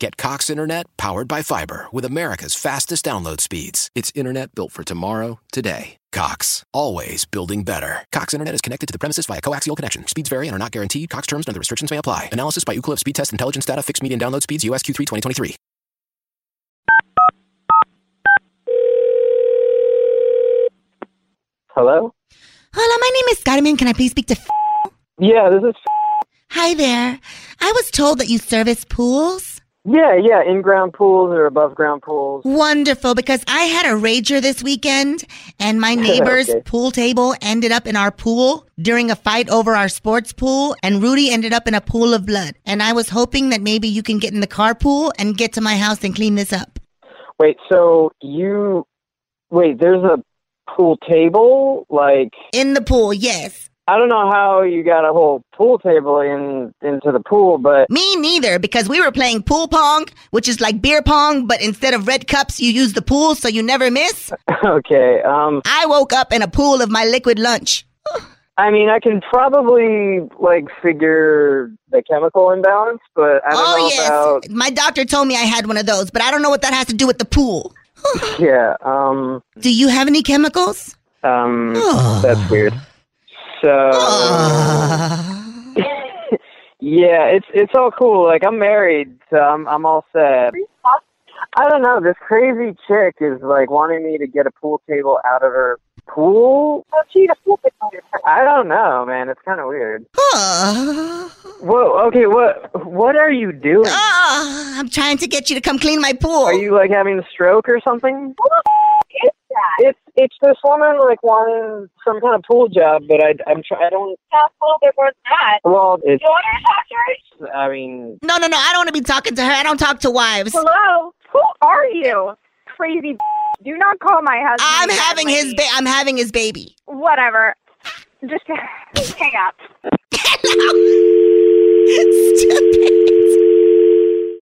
Get Cox Internet powered by fiber with America's fastest download speeds. It's internet built for tomorrow, today. Cox, always building better. Cox Internet is connected to the premises via coaxial connection. Speeds vary and are not guaranteed. Cox terms and other restrictions may apply. Analysis by Ookla Speed Test Intelligence Data. Fixed median download speeds. USQ3 2023. Hello? Hello, my name is Scottaman. Can I please speak to? F-? Yeah, this is. Hi there. I was told that you service pools. Yeah, yeah, in ground pools or above ground pools. Wonderful, because I had a rager this weekend, and my neighbor's Okay. pool table ended up in our pool during a fight over our sports pool, and Rudy ended up in a pool of blood. And I was hoping that maybe you can get in the carpool and get to my house and clean this up. Wait, so you. Wait, there's a pool table? Like, In the pool, yes. I don't know how you got a whole pool table in into the pool, but. Me neither, because we were playing pool pong, which is like beer pong, but instead of red cups, you use the pool so you never miss. Okay, um. I woke up in a pool of my liquid lunch. I mean, I can probably, like, figure the chemical imbalance, but I don't know Oh yes, about. my doctor told me I had one of those, but I don't know what that has to do with the pool. Yeah, um. Do you have any chemicals? Um. Oh. That's weird. So. Ah. Yeah, it's it's all cool. Like I'm married, so I'm I'm all set. I don't know. This crazy chick is like wanting me to get a pool table out of her pool. I don't know, man. It's kind of weird. Ah. Whoa. Okay. What What are you doing? Oh. Ah, I'm trying to get you to come clean my pool. Are you like having a stroke or something? What the f- is that? It's it's this woman like wanting some kind of pool job, but I I'm try I don't. how full they were that. Well, it's You want to talk to her? I mean no, no, no. I don't want to be talking to her. I don't talk to wives. Hello? Who are you? Crazy. b- Do not call my husband. I'm that having lady. his. Ba- I'm having his baby. Whatever. Just hang up. Stupid.